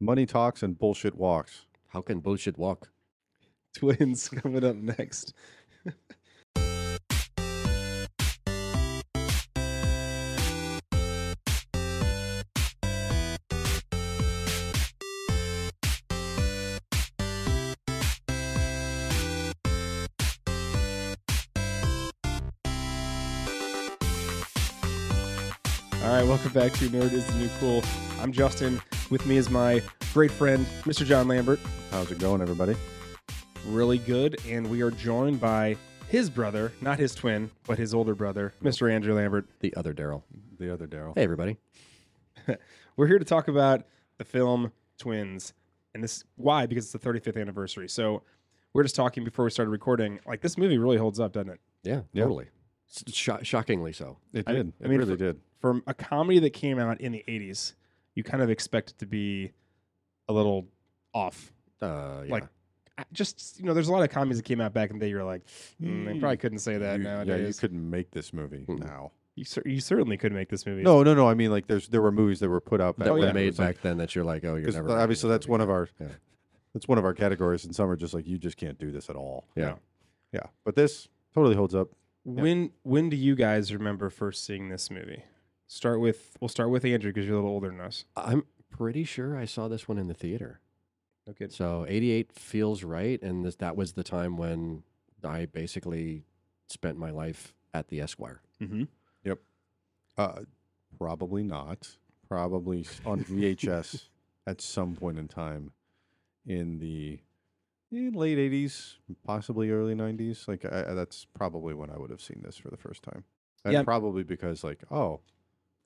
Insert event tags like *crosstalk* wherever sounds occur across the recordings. Money talks and bullshit walks. How can bullshit walk? *laughs* Twins coming up next. All right, welcome back to Nerd is the New Cool. I'm Justin. With me is my great friend, Mr. John Lambert. How's it going, everybody? Really good. And we are joined by his brother, not his twin, but his older brother, Mr. Andrew Lambert. The other Daryl. The other Daryl. Hey, everybody. We're here to talk about the film Twins. And this, why? Because it's the 35th anniversary. So we're just talking before we started recording. Like, this movie really holds up, doesn't it? Yeah, Yeah. totally. S- sho- shockingly so. It I mean- did. I it mean, really for- did. From a comedy that came out in the 80s, you kind of expect it to be a little off. Uh, yeah. Like, I- just you know, there's a lot of comedies that came out back in the day. You're like, mm, they probably couldn't say that You- nowadays. Yeah, you, you couldn't make this movie Mm-mm. now. cer- you certainly could make this movie. No, no, no. I mean, like, there's there were movies that were put out back that were then. made back then that you're like, oh, you're Because never. obviously, that's one of our Yeah. that's one of our categories, and some are just like, you just can't do this at all. Yeah. Yeah, but this totally holds up. When when do you guys remember first seeing this movie? Start with we'll start with Andrew because you're a little older than us. I'm pretty sure I saw this one in the theater. No kids. So 88 feels right. And this, that was the time when I basically spent my life at the Esquire. Mm-hmm. Uh, probably not. Probably s- on VHS *laughs* at some point in time in the eh, late '80s, possibly early '90s. Like I, I- that's probably when I would have seen this for the first time. And Yeah. probably because like, oh,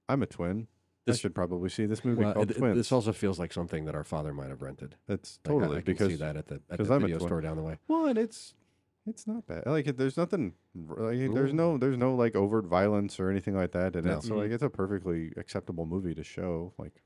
I'm a twin. This This- should probably see this movie Well, called th- th- Twins. this also feels like something that our father might have rented. that's Like, I- totally I, can because see that at the, at 'cause the I'm a video twin. store down the way. Well, and it's it's not bad. Like it- there's nothing. r- Like, there's Ooh. no there's no like overt violence or anything like that in No. it. So like it's a perfectly acceptable movie to show like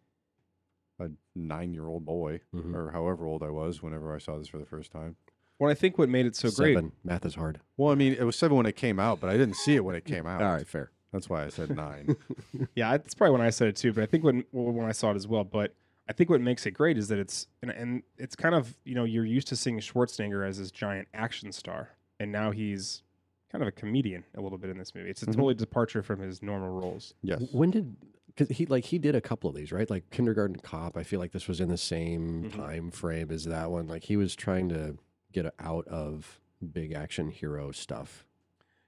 a nine year old boy Mhm. or however old I was whenever I saw this for the first time. Well, I think what made it so great. Seven. Math is hard. Well, I mean it was seven when it came out, but I didn't see it when it came out. All right, fair. That's why I *laughs* said nine. *laughs* Yeah, I- that's probably when I said it too. But I think when well, when I saw it as well. But I think what makes it great is that it's and, and it's kind of you know you're used to seeing Schwarzenegger as this giant action star, and now he's kind of a comedian a little bit in this movie. It's a Mhm. totally departure from his normal roles. yes. W- When did because he like he did a couple of these right? Like Kindergarten Cop. I feel like this was in the same Mhm. time frame as that one. Like he was trying to get out of big action hero stuff.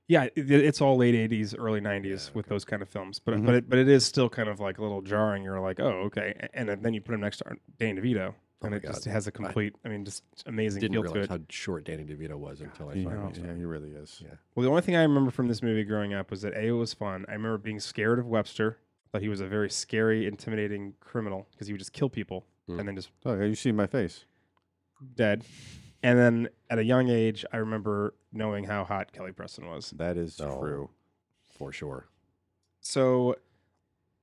Yeah, it, it's all late '80s, early '90s with those kind of films, but Mm-hmm. Mhm. but it, but it is still kind of like a little jarring. You're like, oh, okay, A- and then you put him next to Ar- Danny DeVito, and Oh my it just has a complete, I, mean, just amazing Didn't feel to realize it. how short Danny DeVito was until I He, finally. know. yeah, he really is. Yeah. Well, the only thing I remember from this movie growing up was that A it was fun. I remember being scared of Webster. Thought he was a very scary, intimidating criminal because he would just kill people Mm. and then just Oh, yeah, you see my face. dead. And then at a young age, I remember knowing how hot Kelly Preston was. That is No. true. for sure. So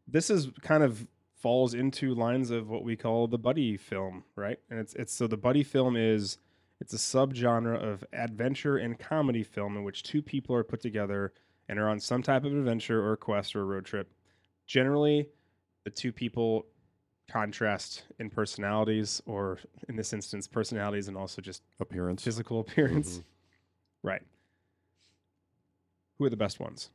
this is kind of falls into lines of what we call the buddy film, right? And it's it's so the buddy film is it's a subgenre of adventure and comedy film in which two people are put together and are on some type of adventure or quest or a road trip. Generally, the two people contrast in personalities or in this instance personalities and also just Appearance. physical appearance. Mm-hmm. Right. Who are the best ones?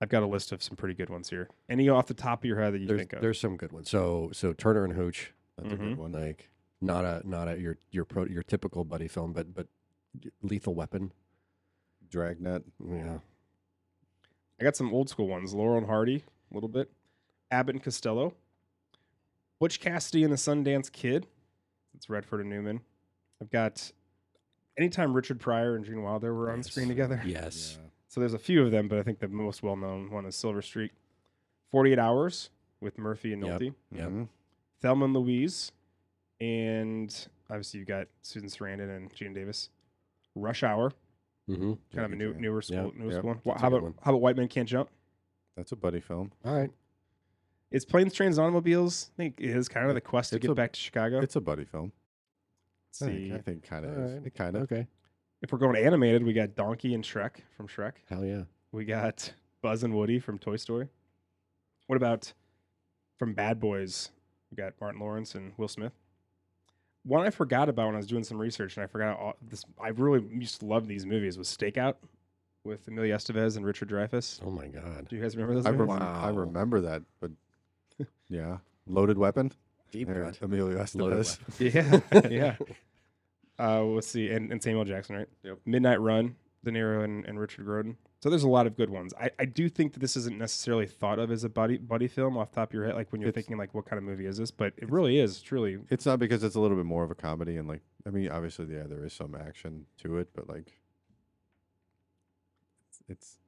I've got a list of some pretty good ones here. Any off the top of your head that you There's think of? Mm-hmm. there's some good ones. So so Turner and Hooch, That's a good one. like not a not a your your pro, your typical buddy film, but but Lethal Weapon. Dragnet. *laughs* Yeah. I got some old school ones. Laurel and Hardy, a little bit. Abbott and Costello. Butch Cassidy and the Sundance Kid. That's Redford and Newman. I've got anytime Richard Pryor and Gene Wilder were on Yes. screen together. Yes. Yeah. So there's a few of them, but I think the most well known one is Silver Streak. 48 Hours with Murphy and Yep. Nolte. Yep. Mhm. Thelma and Louise, and obviously you got Susan Sarandon and Gene Davis. Rush Hour, Mm-hmm. kind of a new, Jackie Chan. newer school, Yep, newer yep. school one. Wha- That's a How good about one. how about White Men Can't Jump? That's a buddy film. All right. It's planes, trains, and automobiles. I think it is kind of the quest to It's get a- back to Chicago. It's a buddy film. Let's I think, see, I think kind of All is. right. It kind of. Okay. if we're going animated, we got Donkey and Shrek from Shrek. Hell yeah. We got Buzz and Woody from Toy Story. What about from Bad Boys? We got Martin Lawrence and Will Smith. one I forgot about when I was doing some research, and I forgot all, this. I really used to love these movies. Was Stakeout with Emilio Estevez and Richard Dreyfuss? Oh my god. Do you guys remember those? I, movies? rem- I Wow. remember that, but *laughs* yeah, loaded weapon. Deep There, cut. Emilio Loaded Estevez. weapon. yeah, yeah. Uh, let's see, and, and Samuel Jackson, right? Yep. Midnight Run, De Niro and, and Richard Grodin. So there's a lot of good ones. I, I do think that this isn't necessarily thought of as a buddy buddy film off the top of your head, like when you're It's- thinking like what kind of movie is this, but it really is truly. *laughs* It's not because it's a little bit more of a comedy, and like I mean, obviously, yeah, there is some action to it, but like, it's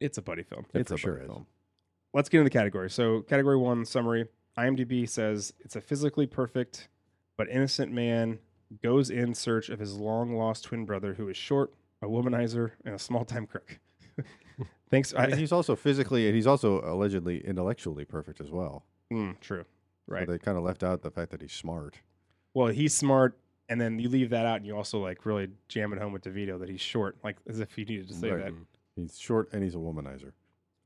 It's a buddy film. It it's for a sure buddy is. film. Let's get into the category. So category one summary. IMDb says it's a physically perfect but innocent man goes in search of his long lost twin brother who is short, a womanizer, and a small time crook. *laughs* Thanks. I mean, he's also physically and he's also allegedly intellectually perfect as well. Mm, true. So Right. they kind of left out the fact that he's smart. Well, he's smart, and then you leave that out, and you also like really jam it home with DeVito that he's short, like as if you needed to say Right. that. Mm-hmm. He's short and he's a womanizer.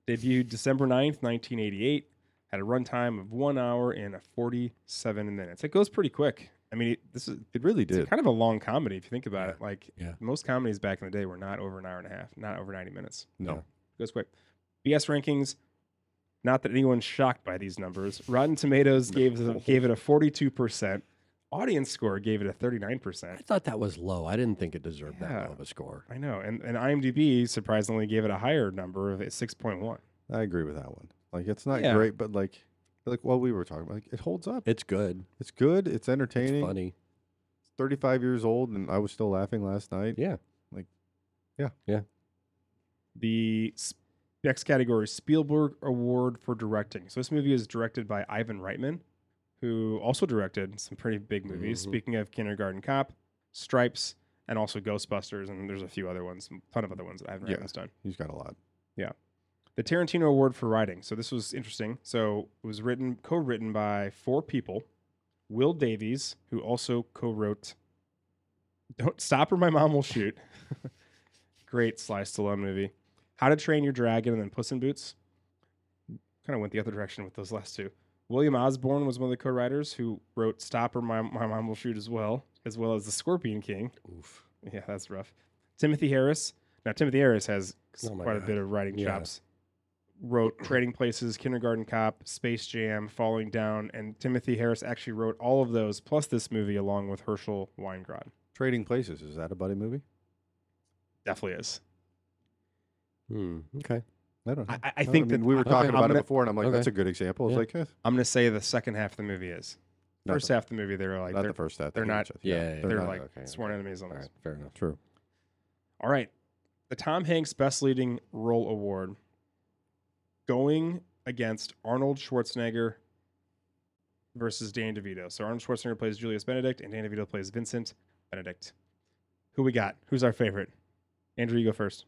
Debuted December 9th, 1988, had a runtime of one hour and a 47 minutes. It goes pretty quick. I mean, it, this is It really it's did. kind of a long comedy if you think about Yeah. it. Like Yeah. most comedies back in the day were not over an hour and a half, not over 90 minutes. no, Yeah. goes quick. BS rankings. Not that anyone's shocked by these numbers. Rotten Tomatoes gave it, gave it a 42%. Audience score gave it a 39%. I thought that was low. I didn't think it deserved Yeah. that low of a score. I know, and and IMDb surprisingly gave it a higher number of six point one. I agree with that one. Like, it's not Yeah. great, but like, like what we were talking about, like, it holds up. It's good. It's good. It's entertaining. It's funny. 35 years old and I was still laughing last night. Yeah. The s- next category Spielberg Award for directing. So this movie is directed by Ivan Reitman, who also directed some pretty big movies. Mhm. Speaking of Kindergarten Cop, Stripes, and also Ghostbusters, and there's a few other ones, a ton of other ones that Ivan Yeah. Reitman's done. He's got a lot. The Tarantino Award for writing. So this was interesting. So it was written, co-written by four people: Will Davies, who also co-wrote "Don't Stop or My Mom Will Shoot," *laughs* great Sly Stallone movie; "How to Train Your Dragon," and then "Puss in Boots." Kind of went the other direction with those last two. William Osborne was one of the co-writers who wrote "Stop or My, My Mom Will Shoot" as well, as well as "The Scorpion King." Oof. *laughs* Yeah, that's rough. Timothy Harris. Now Timothy Harris has s- Oh my quite a God. bit of writing Yeah. chops. Wrote Trading Places, Kindergarten Cop, Space Jam, Falling Down, and Timothy Harris actually wrote all of those plus this movie along with Herschel Weingrod. Trading Places. Is that a buddy movie? Definitely is. Hmm. Okay. Oh, I don't know. I, I- I think mean, that we were I- talking I'm about gonna- it before and I'm like, okay. that's a good example. It's Yeah. like, eh, I'm gonna say the second half of the movie is. not First the- half of the movie, they're like not they're, the first half. they're the not- first half, Yeah, yeah, yeah. They're, they're not like okay, sworn enemies on All this. right. Fair enough. true. All right. The Tom Hanks Best Leading Role Award going against Arnold Schwarzenegger versus Dan DeVito. So Arnold Schwarzenegger plays Julius Benedict and Dan DeVito plays Vincent Benedict. Who we got? Who's our favorite? Andrew, you go first.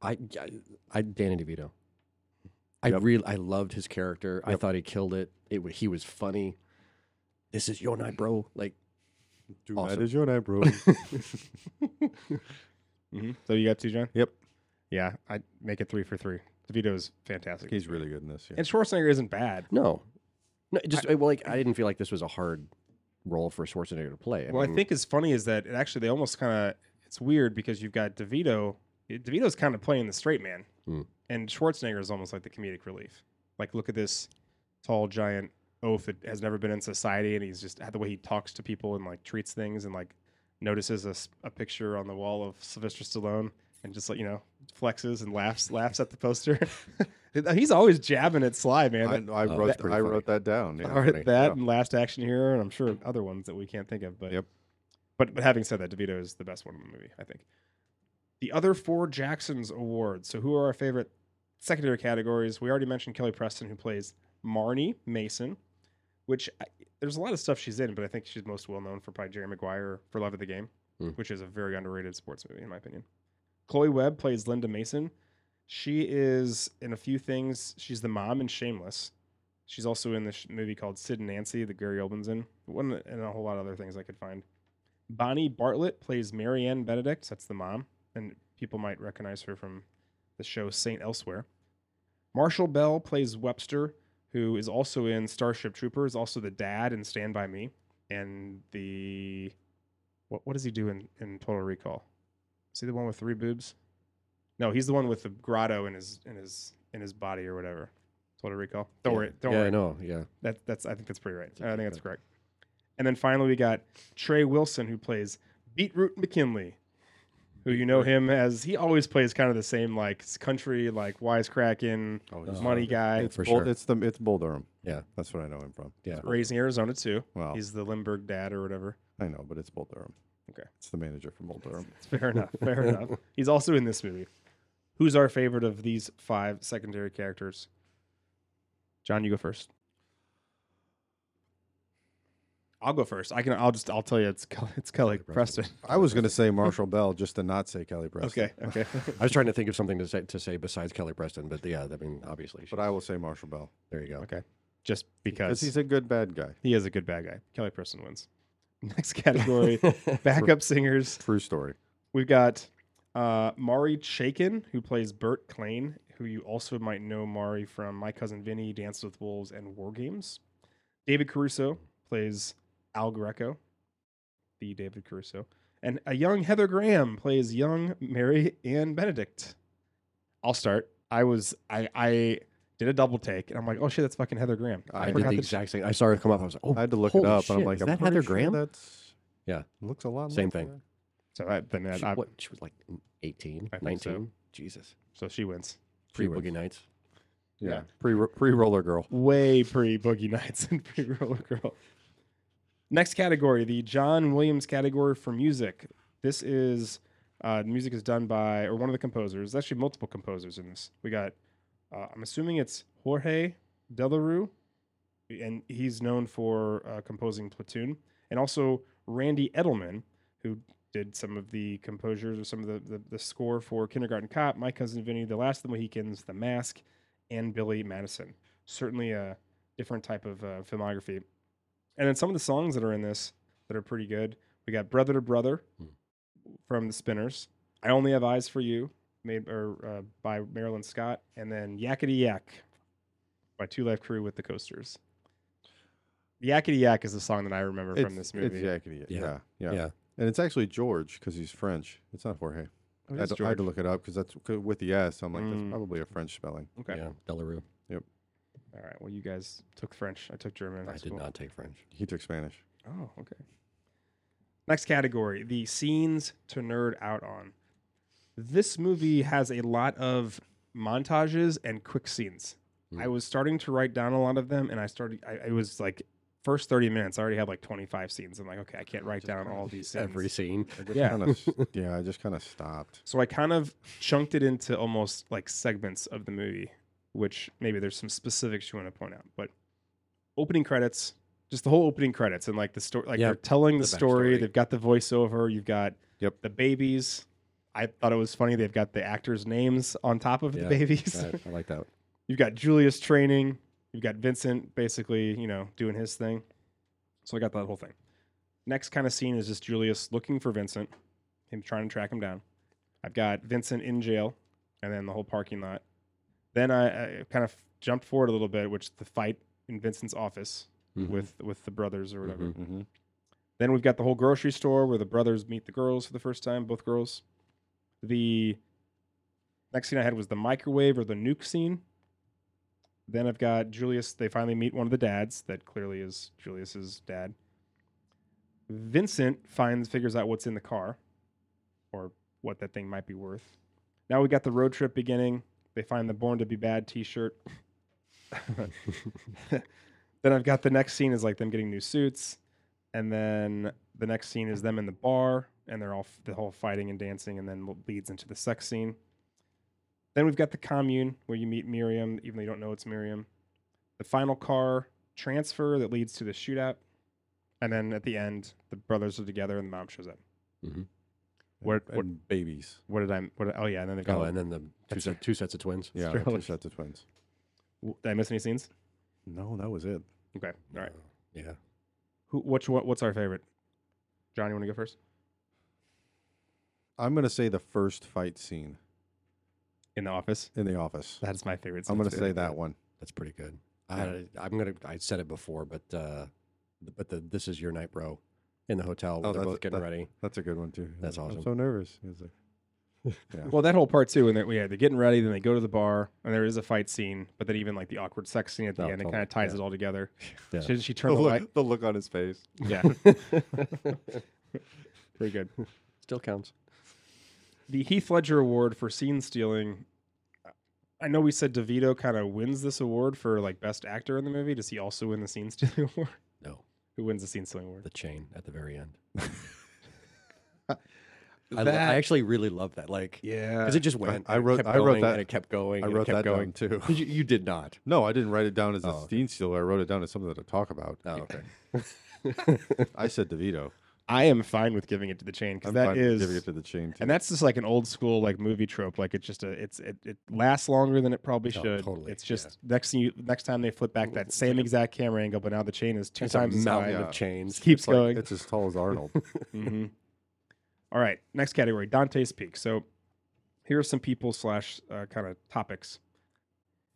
I, I, I Danny DeVito. I Yep. really, I loved his character. I Yep. thought he killed it. It wa- he was funny. This is your night, bro. Like Do Awesome. that is your night, bro. *laughs* Mm-hmm. So you got two, John? Yep. Yeah, I make it three for three. DeVito is fantastic. He's really good in this. Yeah. and Schwarzenegger isn't bad. no, no. it Just I, well, like I didn't feel like this was a hard role for Schwarzenegger to play. well, mean, I think is funny is that it actually they almost kind of it's weird because you've got DeVito. DeVito's kind of playing the straight man, Hmm. and Schwarzenegger is almost like the comedic relief. Like, look at this tall giant oaf that has never been in society, and he's just the way he talks to people and like treats things and like notices a, s- a picture on the wall of Sylvester Stallone and just like you know flexes and laughs laughs at the poster. *laughs* he's always jabbing at Sly, man. That- I, I Oh, wrote that's th- pretty I funny. wrote that down. Yeah. all right, funny. that Yeah. and Last Action Hero, and I'm sure other ones that we can't think of. But Yep. but but having said that, DeVito is the best one in the movie, I think. The other four Jacksons awards. So who are our favorite secondary categories? We already mentioned Kelly Preston, who plays Marnie Mason, which I, there's a lot of stuff she's in, but I think she's most well known for probably Jerry Maguire for Love of the Game, Hmm. which is a very underrated sports movie in my opinion. Chloe Webb plays Linda Mason. She is in a few things. She's the mom in Shameless. She's also in this movie called Sid and Nancy that Gary Oldman's in, one and a whole lot of other things I could find. Bonnie Bartlett plays Marianne Benedict. That's the mom, and people might recognize her from the show Saint Elsewhere. Marshall Bell plays Webster, who is also in Starship Troopers, also the dad in Stand by Me. and the what what does he do in, in Total Recall? Is he the one with three boobs? No, he's the one with the grotto in his in his in his body or whatever. Total Recall. Don't Yeah. worry, don't yeah, worry. I know. Yeah. That that's I think that's pretty right. It's I okay, think that's but- correct. And then finally we got Trey Wilson who plays Beetroot McKinley, who you know him as he always plays kind of the same like s- country like wisecracking Oh, he's- money guy. it's for Bull, sure. It's the it's Bull Durham. Yeah. that's what I know him from. Yeah. Raising Arizona too. Well, He's the Lindbergh dad or whatever. I know, but it's Bull Durham. Okay. it's the manager from Bull Durham. It's *laughs* fair enough. Fair enough. He's also in this movie. Who's our favorite of these five secondary characters? John, you go first. I'll go first. I can. I'll just. I'll tell you. It's Kelly, it's Kelly Preston. I was going to say Marshall Bell just to not say Kelly Preston. Okay. Okay. *laughs* I was trying to think of something to say to say besides Kelly Preston, but yeah, I mean, obviously, But I will say Marshall Bell there you go. okay. Just because because he's a good bad guy. he is a good bad guy. Kelly Preston wins. Next *laughs* *laughs* category: backup singers. True story. We've got uh, Mari Chaikin, who plays Bert Klein, who you also might know Mari from My Cousin Vinny, Dance with Wolves, and War Games. David Caruso plays Al Greco, the David Caruso. And a young Heather Graham plays young Mary Ann Benedict. I'll start. I was I I did a double take and I'm like, oh shit, that's fucking Heather Graham. I, I did forgot the that- exact same. I saw her come up. I was like, oh, I had to look holy it up, Shit, and I'm like, is I'm that pretty Heather sure Graham? That's Yeah. looks a lot Same like thing. her. so I, then she, I, what, she was like 18, I think so. 19. Jesus. so she wins. Pre She was- Boogie Nights. Yeah, Yeah. pre pre roller girl. way pre Boogie Nights and pre Roller Girl. Next category, the John Williams category for music. This is uh, music is done by or one of the composers. There's actually multiple composers in this. We got, uh, I'm assuming it's Jorge Delarue, and he's known for uh, composing Platoon, and also Randy Edelman, who did some of the composures or some of the, the, the score for Kindergarten Cop, My Cousin Vinny, The Last of the Mohicans, The Mask, and Billy Madison certainly a different type of uh, filmography. And then some of the songs that are in this that are pretty good. We got Brother to Brother Hmm. from the Spinners. I Only Have Eyes for You, made or uh, by Marilyn Scott, and then Yakety Yak by Two Life Crew with the Coasters. Yakety Yak is the song that I remember from It's- this movie. It's yakety. Yeah. Yeah. Yeah. Yeah. And it's actually George because he's French. It's not Jorge. Oh, it I had, is to, I had to George. look it up because that's 'cause with the S. I'm like, Mm. that's probably a French spelling. Okay. Yeah. Delarue. All right. Well, you guys took French. I took German. I That's did cool. not take French. He took Spanish. Oh, okay. Next category the scenes to nerd out on. This movie has a lot of montages and quick scenes. I Mm. was starting to write down a lot of them, and I started, I, I was like, first 30 minutes, I already had like 25 scenes. I'm like, okay, I can't write Just down kinda all these scenes. Every scene. I just Yeah. Kinda, s- yeah. I just kind of stopped. So I kind of chunked it into almost like segments of the movie, which maybe there's some specifics you want to point out. But opening credits, just the whole opening credits and like the story, like Yeah, they're telling the, the story. backstory. They've got the voiceover. You've got Yep. the babies. I thought it was funny. They've got the actors' names on top of the Yeah, babies. I, I like that. You've got Julius training. You've got Vincent basically, you know, doing his thing. So I got that whole thing. Next kind of scene is just Julius looking for Vincent, him trying to track him down. I've got Vincent in jail, and then the whole parking lot. Then I, I kind of jumped forward a little bit, which the fight in Vincent's office Mhm. with with the brothers or whatever. Mhm. hmm Then we've got the whole grocery store where the brothers meet the girls for the first time, both girls. The next scene I had was the microwave or the nuke scene. Then I've got Julius. They finally meet one of the dads that clearly is Julius's dad. Vincent finds figures out what's in the car, or what that thing might be worth. Now we got the road trip beginning. They find the "Born to Be Bad" T-shirt. *laughs* then I've got the next scene is like them getting new suits, and then the next scene is them in the bar, and they're all f- the whole fighting and dancing, and then leads into the sex scene. Then we've got the commune where you meet Miriam, even though you don't know it's Miriam. The final car transfer that leads to the shootout, and then at the end, the brothers are together and the mom shows up. What- and, and babies? What did I? What? Did, oh yeah, and then they got. Oh, and then the two, That's set, two sets of twins. Yeah, the two Sterling. sets of twins. w- did I miss any scenes? No, that was it. Okay, all right. Uh, yeah. Who? Which? What, what's our favorite? John, you want to go first? I'm gonna say the first fight scene In the office. in the office. That's my favorite. I'm scene, gonna too. say that one. That's pretty good. I, I'm gonna. I said it before, but uh, but the this is your night, bro, in the hotel. Oh, where they're that's- both getting that- ready. That's a good one too. That's I'm awesome. so nervous. It's like, Well, that whole part too, and that we had they're getting ready, then they go to the bar, and there is a fight scene, but then even like the awkward sex scene at the Oh, end, it totally. kind of ties Yeah. it all together. Yeah. She, she the, *laughs* turned the light. look, the look on his face. Yeah, pretty good. Still counts. The Heath Ledger Award for scene stealing. I know we said DeVito kind of wins this award for like best actor in the movie. Does he also win the scene stealing *laughs* award? No, Who wins the scene stealing award? the chain at the very end. I, That, lo- I actually really love that. Like, yeah. because it just went. I and it wrote- kept I wrote going, that- and it kept going. I and wrote it kept that going. down too. *laughs* You, you did not. No, I didn't write it down as a Oh, okay. Steen Stealer. I wrote it down as something that to talk about. Oh, *laughs* okay. I said DeVito. I am fine with giving it to the chain because I'm that fine with giving is it to the chain. Too. and that's just like an old school like movie trope. Like it's just a it's it, it lasts longer than it probably Oh, should. totally, It's just next thing you next time they flip back that It's same like a- exact camera angle, but now the chain is two It's times a as mountain high. yeah. of chains. It keeps It's like- going. it's as tall as *laughs* Arnold. Mhm. All right, next category: Dante's Peak. So here are some people slash uh, kind of topics.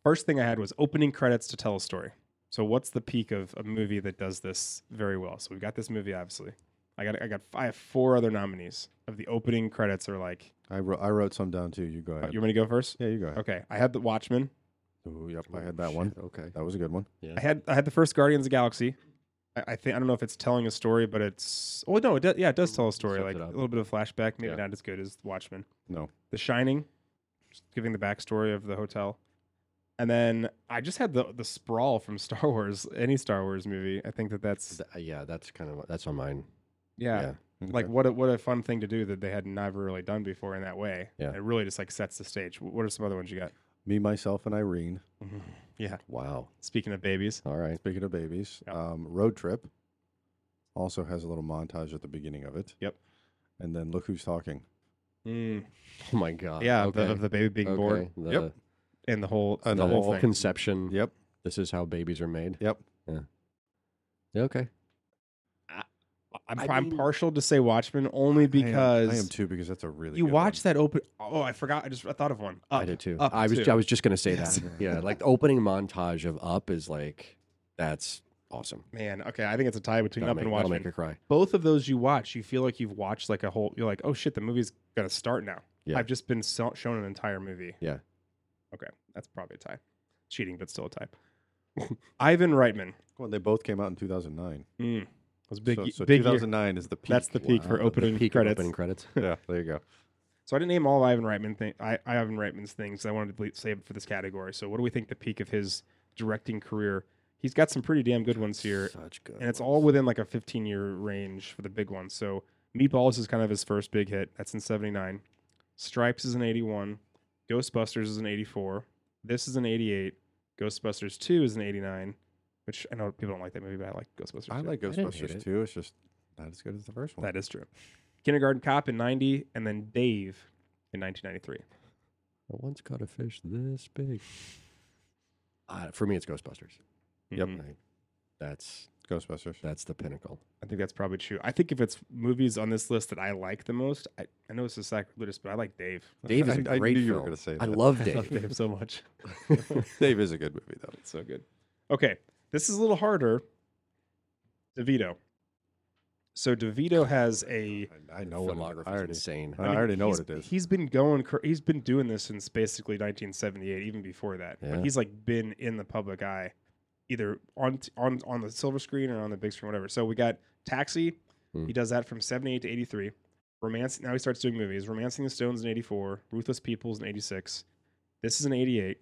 First thing I had was opening credits to tell a story. So what's the peak of a movie that does this very well? So we've got this movie, obviously. I got I got I have four other nominees of the opening credits are like. I wrote I wrote some down too. You go Uh, ahead. you want me to go first? yeah, you go ahead. Okay, I had the Watchmen. Ooh, yep, I Oh, had that shit, one. *laughs* Okay. That was a good one. I had I had the first Guardians of the Galaxy. I, I think I don't know if it's telling a story, but it's well, no, it does, yeah, it does tell a story, Sets like it a up. little bit of flashback, maybe Yeah. not as good as Watchmen. No. The Shining, just giving the backstory of the hotel, and then I just had the the sprawl from *laughs* Star Wars, any Star Wars movie. I think that that's Th- uh, yeah, that's kind of that's on mine. yeah, yeah. like Okay. what a, what a fun thing to do that they had never really done before in that way. Yeah. it really just like sets the stage. Wh- What are some other ones you got? me, myself, and Irene. Mm-hmm. yeah, Wow. speaking of babies, All right. *laughs* Speaking of babies, Yeah. um, Road Trip also has a little montage at the beginning of it. Yep. And then look who's talking. Mm, Oh my god. yeah, of Okay. the, of the baby being born Okay. The, Yep. and the whole And the the whole whole thing. conception. Mm. Yep. This is how babies are made. Yep. Yeah. Yeah, Okay. I'm, I I am mean- partial to say Watchmen only I because am, too because that's a really you good watch one. that open. Oh, I forgot. I just I thought of one. I Up. did too. Up I was too. I was just gonna say Yes. that. Yeah, like the opening montage of Up is like that's awesome. man. Okay, I think it's a tie between That'll Up make, and that'll Watchmen. make her cry. Both of those you watch, you feel like you've watched like a whole. You're like, oh shit, the movie's gonna start now. Yeah. I've just been so- shown an entire movie. Yeah. Okay, that's probably a tie. Cheating, but still a tie. *laughs* Ivan Reitman. Well, they both came out in 2009. Mm. Was big, so, so big year. 2009 is the peak. That's the peak for Wow, Uh, the opening peak of credits. Opening credits. *laughs* yeah. There you go. So I didn't name all of Ivan Reitman thing, I, Ivan Reitman's things. I wanted to le- save it for this category. So what do we think the peak of his directing career? He's got some pretty damn good ones here, Such good. and it's ones. all within like a 15 year range for the big ones. So Meatballs is kind of his first big hit. That's in '79. Stripes is in '81. Ghostbusters is in '84. This is in '88. Ghostbusters 2 is in '89, which I know people don't like that movie, but I like Ghostbusters. I 2. like didn't hate Ghostbusters it. too. It's just not as good as the first one. That is true. Kindergarten Cop in '90, and then Dave in 1993. I once caught a fish this big. Uh, for me, it's Ghostbusters. Yep. Mhm. Like, that's Ghostbusters. *laughs* *laughs* that's the pinnacle. I think that's probably true. I think if it's movies on this list that I like the most, I, I know this is sacrilegious, but I like Dave. *laughs* Dave is a I, I great knew you were film. going to say that. I love I love *laughs* Dave. Dave so much. Dave is a good movie though. It's so good. Okay, this is a little harder. DeVito. So DeVito has a. I, I know what it, Filmography I already, insane. I already know what he's- it is. He's been going. cr- He's been doing this since basically 1978, even before that. Yeah. But he's like been in the public eye, either on t- on on the silver screen or on the big screen, whatever. So we got Taxi. Hmm. Mm. He does that from 78 to 83. Romance. Now he starts doing movies. Romancing the Stones in 84. Ruthless Peoples in 86. This is an 88.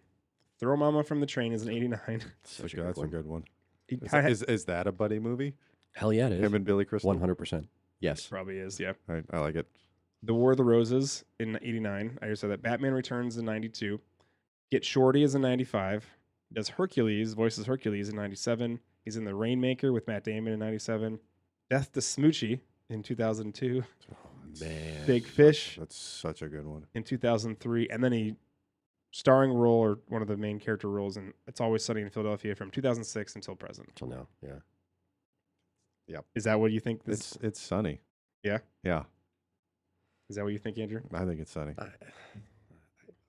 Throw Mama from the Train is an 89. Such a that's good a one. good one. *laughs* He Is, kinda- is, is that a buddy movie? Hell yeah, it Him is. and Billy Crystal. One hundred percent. Yes. probably is. Yeah. I, I like it. The War of the Roses in 89. I just said that. Batman Returns in 92. Get Shorty is in 95. Does Hercules, voices Hercules in 97. He's in The Rainmaker with Matt Damon in 97. Death to Smoochie in 2002. Oh, Man. Big Fish That's such a good one. in 2003. And then a starring role or one of the main character roles in It's Always Sunny in Philadelphia from 2006 until present. Till now. Yeah. Is that what you think? This, It's it's sunny. Yeah? Yeah. is that what you think, Andrew? Uh, I think it's sunny. I,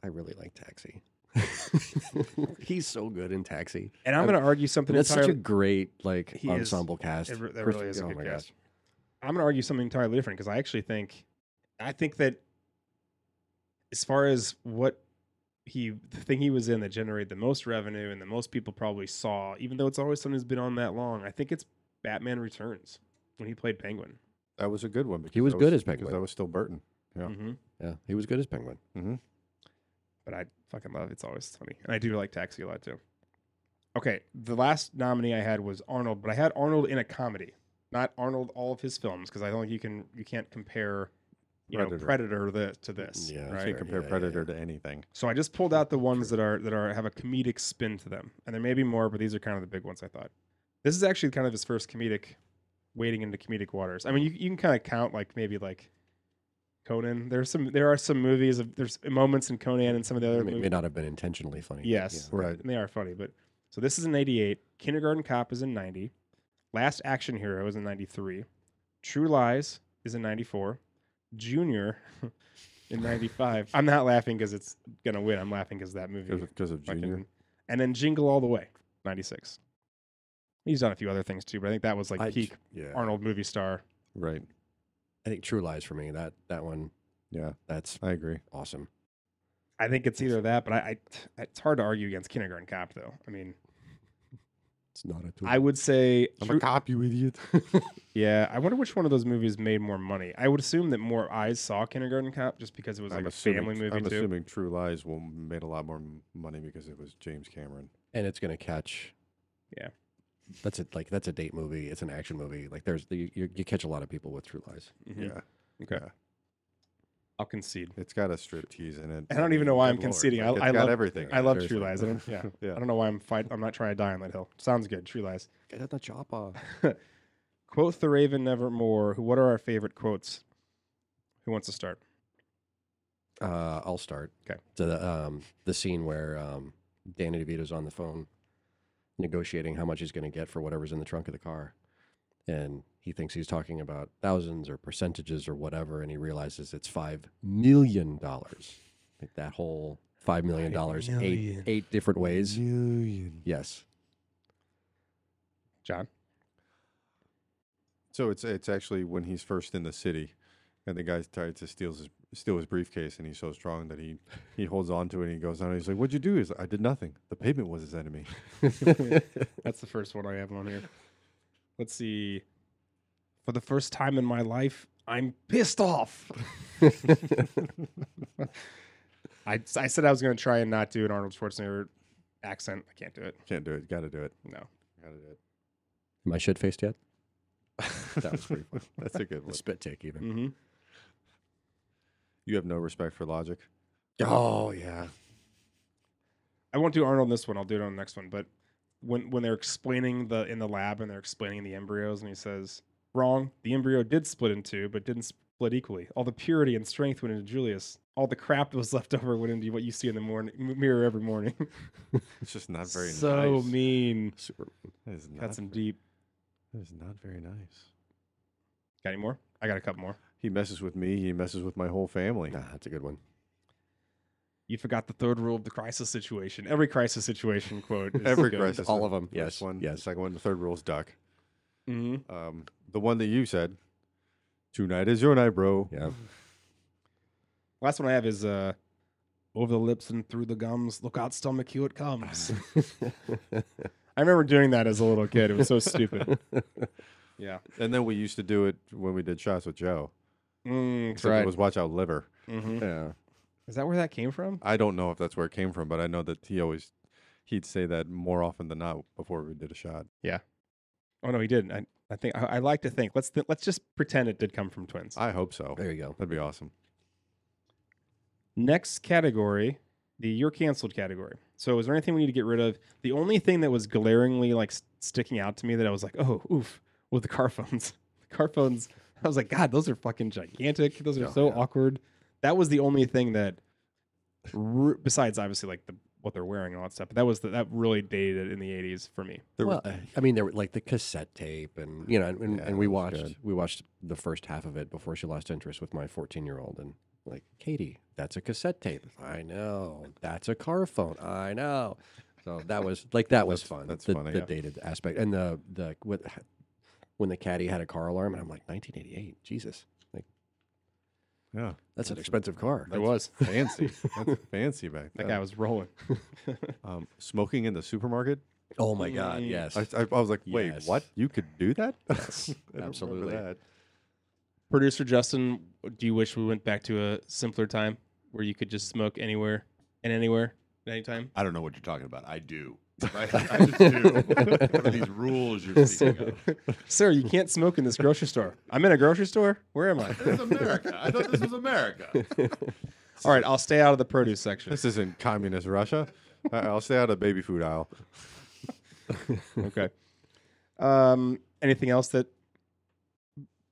I really like Taxi. *laughs* He's so good in Taxi. And I'm I'm- going to argue something That's entirely. such a great like He is- ensemble cast. it re- that Perf- really is a oh good my cast. gosh. I'm going to argue something entirely different because I actually think, I think that as far as what he, the thing he was in that generated the most revenue and the most people probably saw, even though it's always something that's been on that long, I think it's Batman Returns when he played Penguin. That was a good one. Because was that good as because Penguin. That was still Burton. Yeah. Mm-hmm. Yeah, he was good as Penguin. But I fucking love It's Always Sunny. And I do like Taxi a lot too. Okay. The last nominee I had was Arnold, but I had Arnold in a comedy, not Arnold all of his films because I don't think you can, you can't compare. You know, Predator. Predator the, to this, Yeah, that's right? Can't compare Yeah, yeah, Predator to anything. So I just pulled out the ones that are that are have a comedic spin to them, and there may be more, but these are kind of the big ones I thought. This is actually kind of his first comedic, wading into comedic waters. I mean, you, you can kind of count like maybe like Conan. There's some there are some movies of there's moments in Conan and some of the other May, may movies, not have been intentionally funny. Yes. Right. and they are funny. But so this is in '88. Kindergarten Cop is in '90. Last Action Hero is in '93. True Lies is in '94. Junior *laughs* in '95. I'm not laughing because it's gonna win. I'm laughing because that movie Because of fucking- Junior. and then Jingle All the Way, '96. He's done a few other things too, but I uh, think that was like I, peak yeah. Arnold movie star. Right. I think True Lies for me. That that one. Yeah. That's I agree. awesome. I think it's either that, but I, I it's hard to argue against Kindergarten Cop though. I mean, It's not a. True I would say True- cop, you idiot. yeah. I wonder which one of those movies made more money. I would assume that more eyes saw Kindergarten Cop just because it was like I'm a assuming, family movie I'm too. assuming True Lies will made a lot more m- money because it was James Cameron. and it's gonna catch. Yeah. That's it. Like that's a date movie. It's an action movie. Like there's the, you, you catch a lot of people with True Lies. Mhm. Yeah. Okay. Yeah. I'll concede. It's got a strip tease in it. I don't even know why Good I'm lord. conceding. Like, I- it's I got love- everything. in I it. love seriously. True Lies. I *laughs* don't, yeah. Yeah. I don't know why I'm fight. I'm not trying to die on that hill. Sounds good. True Lies. Get the chop off. Quote the Raven Nevermore. Who? What are our favorite quotes? Who wants to start? Uh, I'll start. 'Kay. To the um, the scene where um, Danny DeVito's on the phone negotiating how much he's going to get for whatever's in the trunk of the car, and he thinks he's talking about thousands or percentages or whatever, and he realizes it's five million dollars. Like that whole five million dollars, eight million. eight different ways. Yes. John. So it's it's actually when he's first in the city, and the guy tries to steal his steal his briefcase, and he's so strong that he he holds on to it and he goes on. He's like, "What'd you do?" He's like, "I did nothing. The pavement was his *laughs* enemy." *laughs* That's the first one I have on here. Let's see. For the first time in my life, I'm pissed off. I, I said I was going to try and not do an Arnold Schwarzenegger accent. I can't do it. Can't do it. Got to do it. No. Got to do it. Am I shit faced *laughs* yet? that was pretty fun. That's a *laughs* good The one. spit take even. Mm-hmm. You have no respect for logic. Oh yeah. I won't do Arnold in this one. I'll do it on the next one. But when when they're explaining the in the lab and they're explaining the embryos, and he says, "Wrong. The embryo did split in two, but didn't split equally. All the purity and strength went into Julius. All the crap that was *laughs* left over went into what you see in the morning m- mirror every *laughs* morning. It's just not very so nice. mean. Super. That is not Got some deep. That is not very nice. Got any more? I got a couple more. He messes with me. He messes with my whole family. Nah, that's a good one. You forgot the third rule of the crisis situation. Every *laughs* crisis situation quote. Is Every good. crisis, All of them. First Yes. one, Yes. Second one. The third rule is duck. Mhm. Um, the one that you said. Tonight is your night, bro. *laughs* Yeah. Last one I have is uh, over the lips and through the gums. Look out, stomach, here *laughs* it comes. I remember doing that as a little kid. It was *laughs* so stupid. Yeah. And then we used to do it when we did shots with Joe. Mm, Except It was watch out liver. Mhm. yeah. Is that where that came from? I don't know if that's where it came from, but I know that he always he'd say that more often than not before we did a shot. Oh no, he didn't. I, I think I, I like to think. Let's th- let's just pretend it did come from twins. I hope so. There you go. That'd be awesome. Next category, the you're canceled category. So is there anything we need to get rid of? The only thing that was glaringly like s- sticking out to me that I was like, oh, oof, was the car phones. *laughs* the car phones. I was like, God, those are fucking gigantic. Those are Oh, so yeah. awkward. That was the only thing that, r- besides obviously like the what they're wearing and all that stuff, but that was the, that really dated in the '80s for me. There well, was- uh, I mean, there were like the cassette tape, and you know, and, and, Yeah, and we that was watched good. we watched the first half of it before she lost interest with my fourteen year old, and Like, Katie, that's a cassette tape. I know. That's a car phone. I know. So that was like that was fun. that's the, funny, The yeah. dated aspect and the the with, when the caddy had a car alarm, and I'm like, 1988. Jesus, like Yeah, that's, an expensive car. It was. fancy. That's fancy back *laughs* That then. guy was rolling. Um, smoking in the supermarket. Oh my God. Mm. Yes. I, I, I was like, wait, Yes. what? You could do that? *laughs* I don't remember absolutely. that. Producer Justin, do you wish we went back to a simpler time where you could just smoke anywhere and anywhere at any time? I don't know what you're talking about. I do. *laughs* I, I *laughs* just do. What are these rules you're speaking of? Sir, you can't smoke in this grocery store. I'm in a grocery store. Where am I? This is America. I thought this was America. *laughs* All right, I'll stay out of the produce *laughs* *laughs* section. This isn't communist Russia. I, I'll stay out of the baby food aisle. Okay. Um, anything else that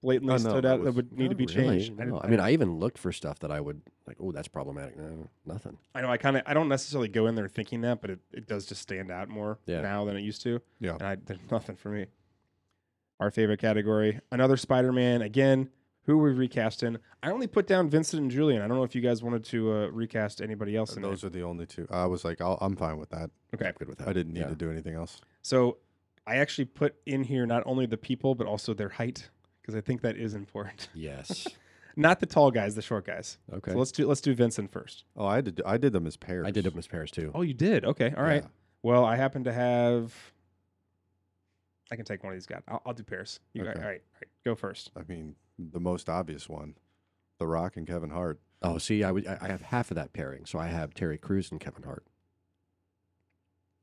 blatantly Oh, no, stood that out that was- would need to Not be really, changed? I, no. didn't- I mean, I even looked for stuff that I would like. Oh, that's problematic. No, nothing. *laughs* I know I kind of I don't necessarily go in there thinking that, but it, it does just stand out more Yeah. now than it used to. Yeah. and I, there's *laughs* nothing for me. Our favorite category, another Spider-Man again. Who we recasting? I only put down Vincent and Julian. I don't know if you guys wanted to uh, recast anybody else in Those those. are the only two. I was like, I'll, I'm fine with that. Okay, Good with that. I didn't need Yeah. to do anything else. so I actually put in here not only the people but also their height because I think that is important. *laughs* Yes. Not the tall guys, the short guys. Okay. So let's do let's do Vincent first. Oh, I did. I did them as pairs. I did it with pairs too. Oh, you did. Okay. All right. Yeah. Well, I happen to have. I can take one of these guys. I'll, I'll do pairs. You Okay. all right, all right. Go first. I mean, the most obvious one, The Rock and Kevin Hart. Oh, see, I would. I I have half of that pairing, so I have Terry Crews and Kevin Hart.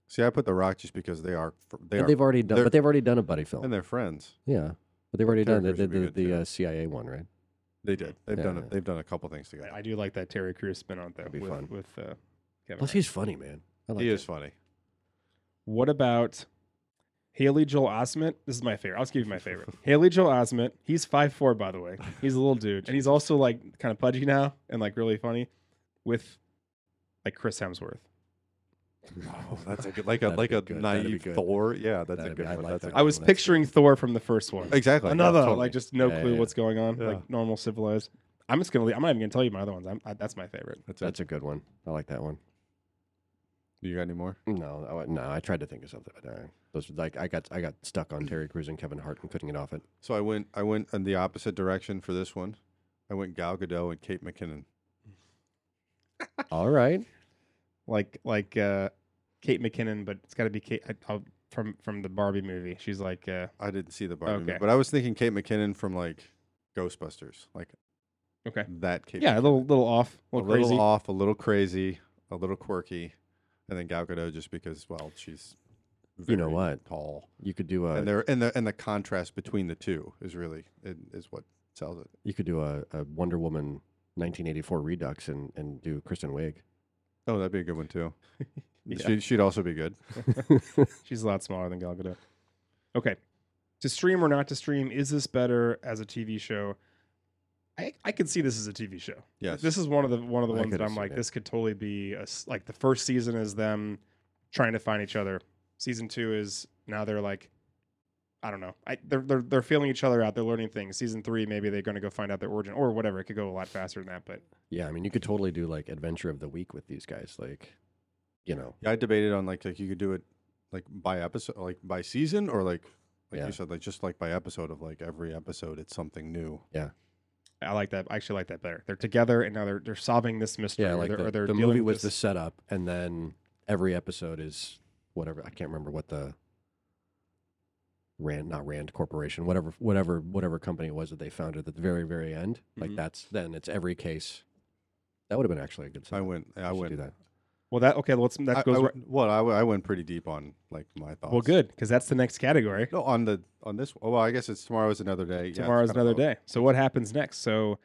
See, I put The Rock just because they are fr- they and are they've already done, they're- but they've already done a buddy and film. they're friends. Yeah, but they've already Terry done the, Crews the, would be the, good, too. uh, CIA one, right? They did. They've done. A, Yeah. they've done a couple things together. I, I do like that Terry Crews spin on though. That'd be with, fun. with uh, Kevin. Plus, Hart. he's funny, man. I like he it. is funny. What about Haley Joel Osment? This is my favorite. I'll *laughs* just give you my favorite. Haley Joel Osment. He's 5'4", by the way. He's a little *laughs* dude, and he's also like kind of pudgy now and like really funny with like Chris Hemsworth. *laughs* Oh, that's a good, like a That'd like be a good. That'd be naive good. Thor. Yeah, that's That'd a be- good I one. like That's a that good I was Oh, that's- picturing Thor from the first one. Exactly. yeah, another totally. like just no Yeah, clue yeah, what's going on Yeah. like normal civilized i'm just gonna leave, i'm not even gonna tell you my other ones I'm, I, that's my favorite That's it. That's a good one. I like that one. You got any more? No, I, wa- no, I tried to think of something, but uh, those like I got I got stuck on Terry Crews and Kevin Hart and couldn't get off *laughs* it. So I went. I went in the opposite direction for this one. I went Gal Gadot and Kate McKinnon. All right. like like uh kate mckinnon but it's gotta be kate I, I'll, from from the barbie movie she's like uh I didn't see the Barbie, movie, Okay. but I was thinking Kate McKinnon from like Ghostbusters, like okay that Kate. yeah a McKinnon. little little off a a little little crazy off, a little crazy, a little quirky, and then Gal Gadot just because well she's You know very what? tall You could do and a there and the and the contrast between the two is really it, is what sells it. you could do a, a Wonder Woman 1984 redux and and do Kristen Wiig. *laughs* Oh, that'd be a good one too. Yeah. she, she'd also be good. she's a lot smaller than gal gadot okay to stream or not to stream is this better as a tv show I, I could see this as a TV show. Yes, This is one of the one of the I ones could that have I'm seen like, it. this could totally be a s like the first season is them trying to find each other. Season two is now they're like, I don't know, I, they're they're they're feeling each other out. They're learning things. Season three, maybe they're going to go find out their origin or whatever. It could go a lot faster than that, but Yeah, I mean, you could totally do like Adventure of the Week with these guys. Like, you know, yeah, I debated on like like you could do it like by episode, like by season, or like like Yeah. you said, like just like by episode of like every episode, it's something new. I like that. I actually like that better. They're together and now they're they're solving this mystery. yeah, or like they're, or the, they're the dealing movie with was the setup, and then every episode is whatever. I can't remember what the Rand, not Rand Corporation, whatever, whatever, whatever company it was that they founded at the very, very end. Mhm. Like that's then it's every case. That would have been actually a good. I setup. went, I We should went, do that. Well, that okay. Let's I, that I goes right. went- well, I, w- I went pretty deep on like my thoughts. Well, good because that's the next category. No, on the on this. Oh, well, I guess it's tomorrow's another day. Yeah, it's Tomorrow's kinda another both. day. So what happens next? So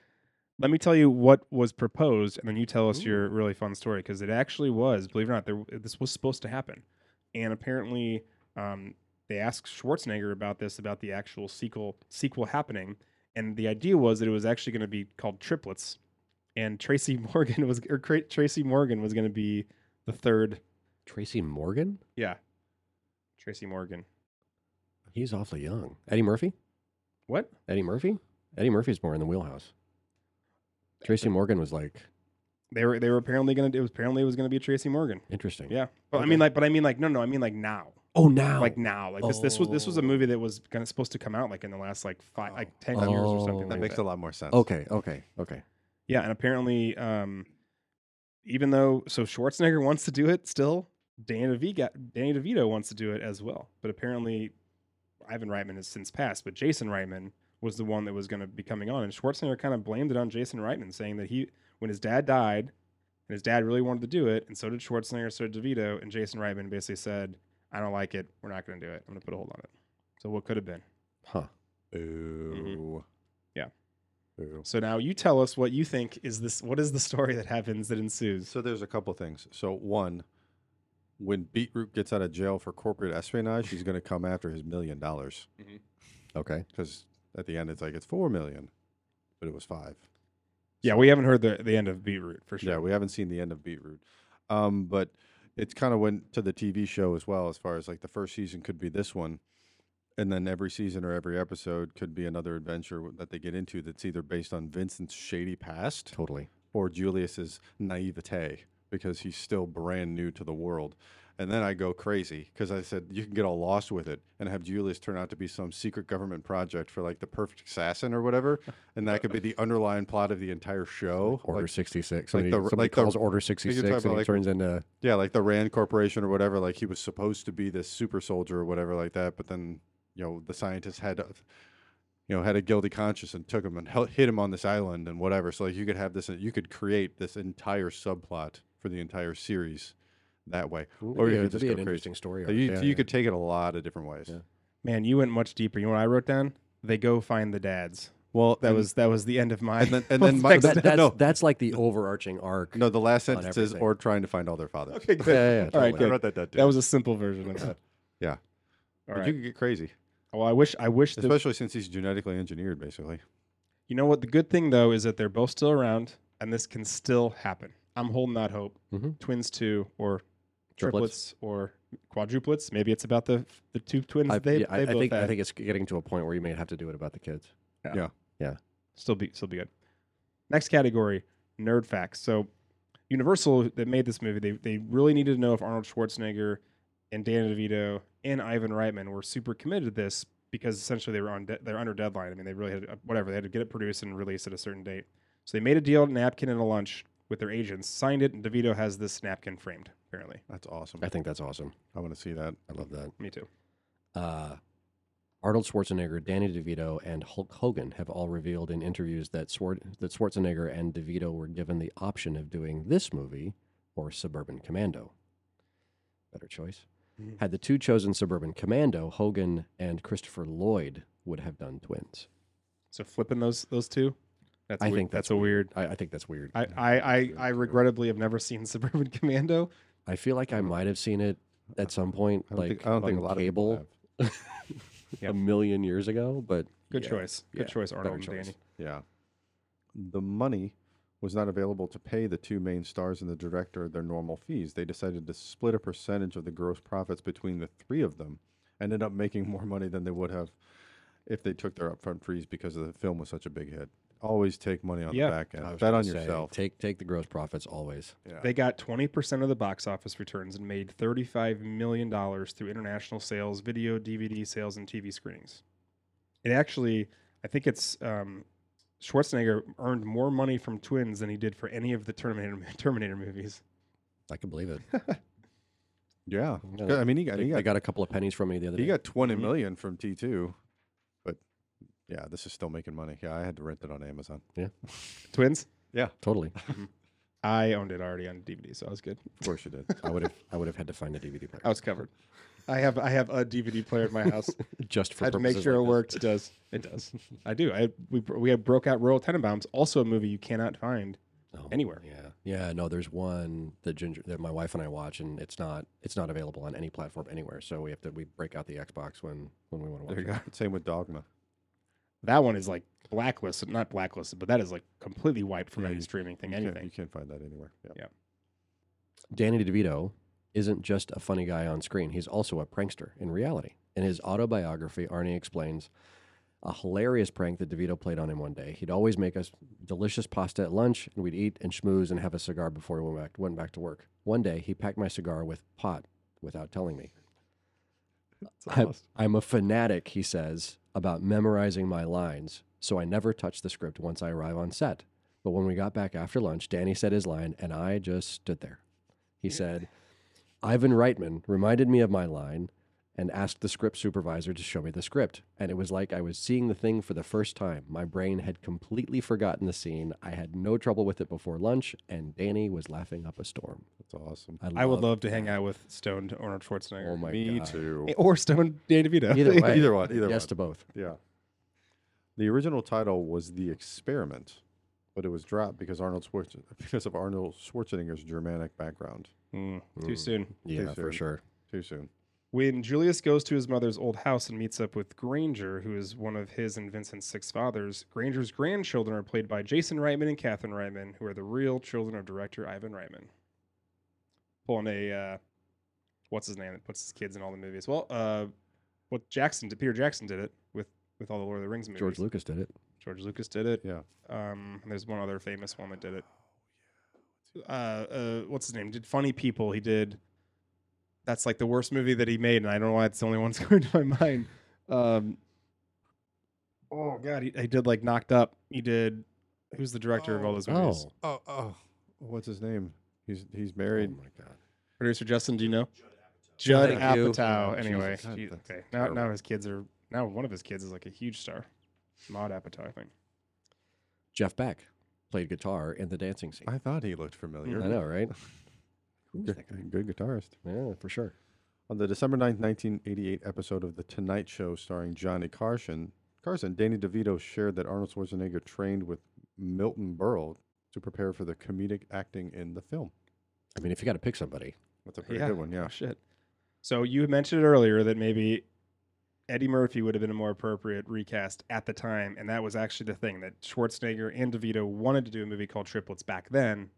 let me tell you what was proposed, and then you tell us your really fun story because it actually was, believe it or not, there, this was supposed to happen, and apparently um, they asked Schwarzenegger about this, about the actual sequel sequel happening, and the idea was that it was actually going to be called Triplets, and Tracy *laughs* Morgan was or Cra- Tracy Morgan was going to be the third. Tracy Morgan, Yeah, Tracy Morgan. he's awfully young. Eddie Murphy, What? Eddie Murphy, Eddie Murphy's more in the wheelhouse. Tracy Morgan was like They were they were apparently gonna it was apparently it was gonna be a Tracy Morgan. interesting. Yeah, but I mean like but I mean like no no I mean like now Oh, now like now like this this was this was Oh. a movie that was gonna supposed to come out like in the last like five like ten Oh. years or something. Oh. That like makes a that. lot more sense. okay, okay, okay. Yeah, and apparently, um, even though so Schwarzenegger wants to do it still, Danny DeVito, Danny DeVito wants to do it as well. But apparently, Ivan Reitman has since passed, but Jason Reitman was the one that was going to be coming on, and Schwarzenegger kind of blamed it on Jason Reitman, saying that he, when his dad died, and his dad really wanted to do it, and so did Schwarzenegger, so did DeVito, and Jason Reitman basically said, "I don't like it. We're not going to do it. I'm going to put a hold on it." So what could have been? Huh. Ooh. Yeah. Ooh. So now you tell us what you think is this. What is the story that happens that ensues? So there's a couple things. So one, when Beetroot gets out of jail for corporate espionage, he's going to come after his million dollars Okay. because at the end it's like it's four million, but it was five. Yeah, we haven't heard the, the end of Beetroot for sure. Yeah, we haven't seen the end of Beetroot, um, but it's kind of went to the TV show as well. As far as like the first season could be this one, and then every season or every episode could be another adventure that they get into that's either based on Vincent's shady past Totally. or Julius's naivete because he's still brand new to the world. And then I go crazy because I said you can get all lost with it and have Julius turn out to be some secret government project for like the perfect assassin or whatever, and that could be the underlying plot of the entire show. Order Like- 66. like Somebody, the- somebody like the- calls Order 66 talking and about it like- turns into yeah, like the Rand Corporation or whatever. Like he was supposed to be this super soldier or whatever like that, but then you know the scientists had. a- You know, had a guilty conscience and took him and hel- hit him on this island and whatever. So like you could have this, you could create this entire subplot for the entire series that way. Or you Yeah, could it'd just be go an crazy. interesting story. So arc. you, Yeah, so you yeah. could take it a lot of different ways. Yeah. Man, you went much deeper. You know what I wrote down? They go find the dads. Well, That and- was that was the end of my. *laughs* and then and then my, But that- *laughs* that's, no that's like the overarching arc. no the last on sentence is everything. or trying to find all their fathers. Okay, *laughs* Yeah, yeah, good. yeah, All right, totally. I good. wrote that down. Too. That was a simple version of that. Yeah. All But right. You could get crazy, well, I wish I wish the especially since he's genetically engineered, basically. You know what? The good thing though is that they're both still around, and this can still happen. I'm holding out hope. Mhm. Twins two or triplets. Triplets. or quadruplets. Maybe it's about the the two twins. I, that they, yeah, I- they I both think had. I think it's getting to a point where you may have to do it about the kids. still be still be good. Next category, nerd facts. So Universal that made this movie, they they really needed to know if Arnold Schwarzenegger and Danny DeVito and Ivan Reitman were super committed to this because essentially they were on de- they're under deadline. I mean, they really had uh, whatever they had to get it produced and released at a certain date. So they made a deal, napkin and a lunch with their agents, signed it, and DeVito has this napkin framed. Apparently, That's awesome. I think that's awesome. I want to see that. I love that. me too. Uh, Arnold Schwarzenegger, Danny DeVito, and Hulk Hogan have all revealed in interviews that Swart- that Schwarzenegger and DeVito were given the option of doing this movie or Suburban Commando. Better choice. Mm-hmm. Mhm. Had the two chosen Suburban Commando, Hogan and Christopher Lloyd would have done twins. So flipping those those two, that's I wee- think that's, that's a weird. I, I think that's weird. I, I, I, I regrettably have never seen *laughs* Suburban Commando. I feel like I might have seen it at some point, Mm-hmm. I don't like think, I don't think a on lot cable, of people Yeah. a million years ago. But Good yeah, choice. Good yeah, choice, better Arnold and choice. Danny. have. Yeah. The money was not available to pay the two main stars and the director their normal fees. They decided to split a percentage of the gross profits between the three of them. Ended up making *laughs* more money than they would have if they took their upfront fees because the film was such a big hit. Always take money on Yeah. the back I end. was Bet gonna on say, yourself. Take take the gross profits always. Yeah. They got 20% of the box office returns and made $35 million through international sales, video, DVD sales, and TV screenings. It actually, I think it's um, Schwarzenegger earned more money from Twins than he did for any of the Terminator, *laughs* Terminator movies. I can *laughs* believe it. yeah. Yeah, I mean, he got, they, he they got, got a couple of pennies from me the other he day. got twenty Mhm. million from T2, but yeah, this is still making money. Yeah, I had to rent it on Amazon. Twins? totally. I owned it already on DVD, so I was good. Of course *laughs* you did. I would have I would have had to find a DVD player I was covered. I have I have a DVD player at my house. just *laughs* for I had to make purposes sure it like this. worked. It does. It does. I do. I we we had broke out Royal Tenenbaums, also a movie you cannot find Oh, anywhere. Yeah, yeah. No, there's one that Ginger that my wife and I watch, and it's not it's not available on any platform anywhere. So we have to we break out the Xbox when when we want to watch. There you it. go. Same with Dogma. That one is like blacklisted, not blacklisted, but that is like completely wiped from Yeah, any Mm. you- streaming thing, You can't- You *laughs* anything. can't find that anywhere. Yeah. Danny DeVito isn't just a funny guy on screen, he's also a prankster in reality. In his autobiography, Arnie explains a hilarious prank that DeVito played on him one day. He'd always make us delicious pasta at lunch, and we'd eat and schmooze and have a cigar before we went back, went back to work. One day, he packed my cigar with pot without telling me. I- I'm a fanatic, he says, about memorizing my lines, so I never touch the script once I arrive on set. But when we got back after lunch, Danny said his line, and I just stood there. He said, Ivan Reitman reminded me of my line and asked the script supervisor to show me the script. And it was like I was seeing the thing for the first time. My brain had completely forgotten the scene. I had no trouble with it before lunch, and Danny was laughing up a storm. That's awesome. I would love to hang out with stoned Arnold Schwarzenegger Oh my Me *laughs* god! too. *laughs* or stoned Danny DeVito. Either way, Either one. Either yes to both. one. Yeah. The original title was The Experiment, but it was dropped because Arnold Schwarzen- *laughs* because of Arnold Schwarzenegger's Germanic background. *laughs* Mm, Mm. Too soon. Yeah, soon. for sure. Too soon. When Julius goes to his mother's old house and meets up with Granger, who is one of his and Vincent's six fathers, Granger's grandchildren are played by Jason Reitman and Katherine Reitman, who are the real children of director Ivan Reitman. Pulling a, uh, what's his name that puts his kids in all the movies? Well, uh, what Jackson did, Peter Jackson did it with, with all the Lord of the Rings movies. George Lucas did it. George Lucas did it. Yeah. Um, and there's one other famous one that did it. Uh, uh, what's his name? Did Funny People? He did. That's like the worst movie that he made, and I don't know why it's the only one *laughs* that's going to my mind. Um, oh God, he, he did like Knocked Up. He did. Who's the director of all those movies? Oh, Oh, oh, what's his name? He's he's oh married. my god! Producer Justin, do you know? Judd Thank you. Apatow. Oh, Anyway, Jesus. God, he- that's okay. Now, now terrible. his kids are now one of his kids is like a huge star. Maud Apatow, I think. Jeff Beck played guitar in the dancing scene. I thought he looked familiar. Hmm, I *laughs* know, right? Who's Good, that guy? good guitarist. Yeah, for sure. On the December 9th, 1988 episode of The Tonight Show starring Johnny Carson, Carson, Danny DeVito shared that Arnold Schwarzenegger trained with Milton Berle to prepare for the comedic acting in the film. I mean, if you got to pick somebody, That's a pretty good one, yeah. Oh, shit. So you mentioned earlier that maybe Eddie Murphy would have been a more appropriate recast at the time, and that was actually the thing that Schwarzenegger and DeVito wanted to do a movie called Triplets back then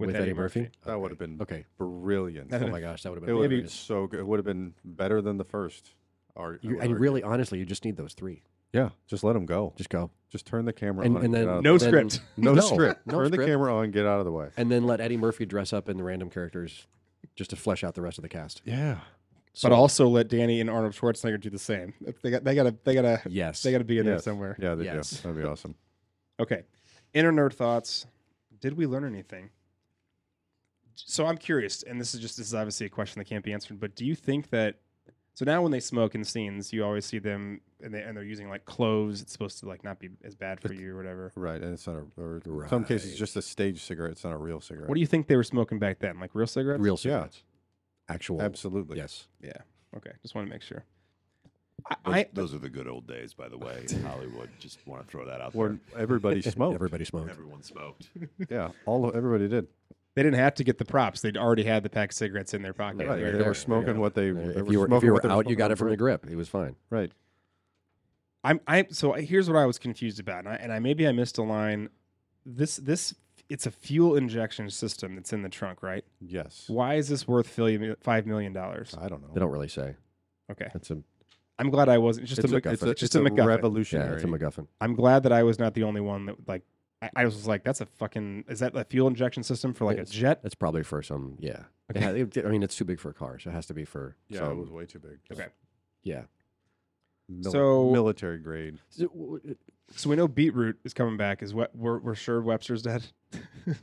with, Eddie Murphy, That would have been okay. brilliant. *laughs* That Oh It would've my gosh, that would have been. would have been hilarious. so good. It would have been better than the first. Or, You, and really, honestly, you just need those three. yeah, just let him go. Just go, Just turn the camera and, on. and get then out of No the- then- script. *laughs* no, no, script. no turn the script. camera on, get out of the way. *laughs* and then let Eddie Murphy dress up in the random characters just to flesh out the rest of the cast. Yeah. So, But also let Danny and Arnold Schwarzenegger do the same. They got they gotta they gotta yes, they gotta be in there Yes. somewhere. Yeah, they Yes. do. That'd be awesome. Okay. Inner nerd thoughts. Did we learn anything? So I'm curious, and this is just this is obviously a question that can't be answered, but do you think that so now when they smoke in scenes, you always see them and they and they're using like cloves, it's supposed to like not be as bad for you or whatever. Right. And it's not a, or in some cases, Right. just a stage cigarette. It's not a real cigarette. What do you think they were smoking back then? Like real cigarettes? real cigarettes, actual, Absolutely. yes. Okay, just want to make sure. Those, I, I those are the good old days, by the way, in Hollywood. Just want to throw that out Where *laughs* everybody smoked. Everybody there. smoked. Everyone smoked. Yeah, all of, everybody did. they didn't have to get the props. They'd already had the pack of cigarettes in their pocket. Right, They They were were there. smoking what they. Uh, they If were you were, if smoking you what were they out, you got smoking it from on the grip. It was fine. break. Right. I'm I so I- here's what I was confused about, and I, and I maybe I missed a line. This this it's a fuel injection system that's in the trunk, right? Yes. Why is this worth fili- five million dollars? I don't know. They don't really say. Okay, It's a I'm glad I wasn't just it's a, a, MacGuffin. it's a, just it's a a MacGuffin. yeah, revolutionary. it's a MacGuffin. I'm glad that I was not the only one that like I, I was like that's a fucking is that a fuel injection system for like a It's- jet? That's probably for some, yeah. Okay. Yeah, it- I mean, it's too big for a car, so it has to be for yeah, it some- was way too big. Okay. yeah. Mili- So- military grade. So, w- w- So we know Beetroot is coming back. Is what we're we're sure Webster's dead. The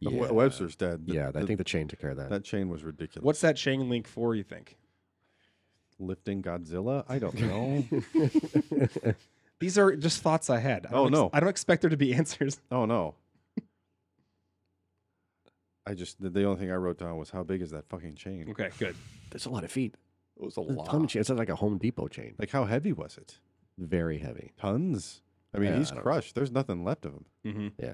yeah. Web- Webster's dead. The- Yeah, I the- think the chain took care of that. that chain was ridiculous. What's that chain link for? You think? lifting Godzilla? I *laughs* don't know. These are just thoughts I had. I don't Oh, no. I don't expect there to be *laughs* answers. oh no. I just the, the only thing I wrote down was how big is that fucking chain? Okay, good. That's a lot of feet. It was a That's a ton of lot. chain. It's like a Home Depot chain. Like how heavy was it? Very heavy. Tons. I mean, Yeah, he's I don't- crushed. There's nothing left of him. Mm-hmm. Yeah.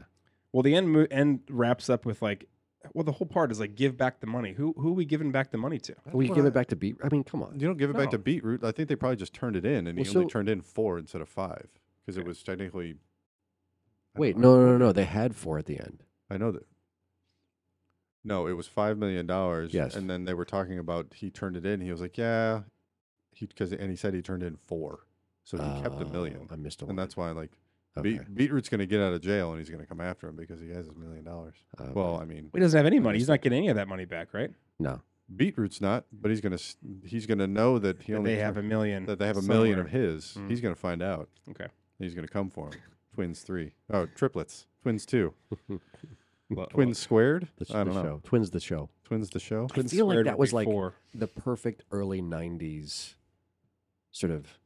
Well, the end mo- end wraps up with like, well, the whole part is like give back the money. Who who are we giving back the money to? That's We what give I- it back to beat. I mean, come on. You don't give it back to No. Beetroot. I think they probably just turned it in, and he Well, only so- turned in four instead of five because it Okay. was technically. I Wait, don't know. no, no, no, no. They had four at the end. I know that. No, it was five million dollars. Yes. and then they were talking about he turned it in. He was like, "Yeah," he because and he said he turned in four. So he kept a Oh, million, I missed a one. and that's why like okay. Beat, Beetroot's going to get out of jail, and he's going to come after him because he has his million dollars. Uh, Well, I mean, He doesn't have any money. He's not getting any of that money back, right? no. Beetroot's not, but he's going to he's going to know that he That only they have a million. that they have a million of Mm. somewhere. his. Mm. He's going to find out. Okay. He's going to come for him. Twins three. Oh, triplets. Twins Oh, two. Well, Twins squared. The, sh- I don't know. the show. Twins the show. Twins the show. I feel like squared that would was be like four. the perfect early '90s sort of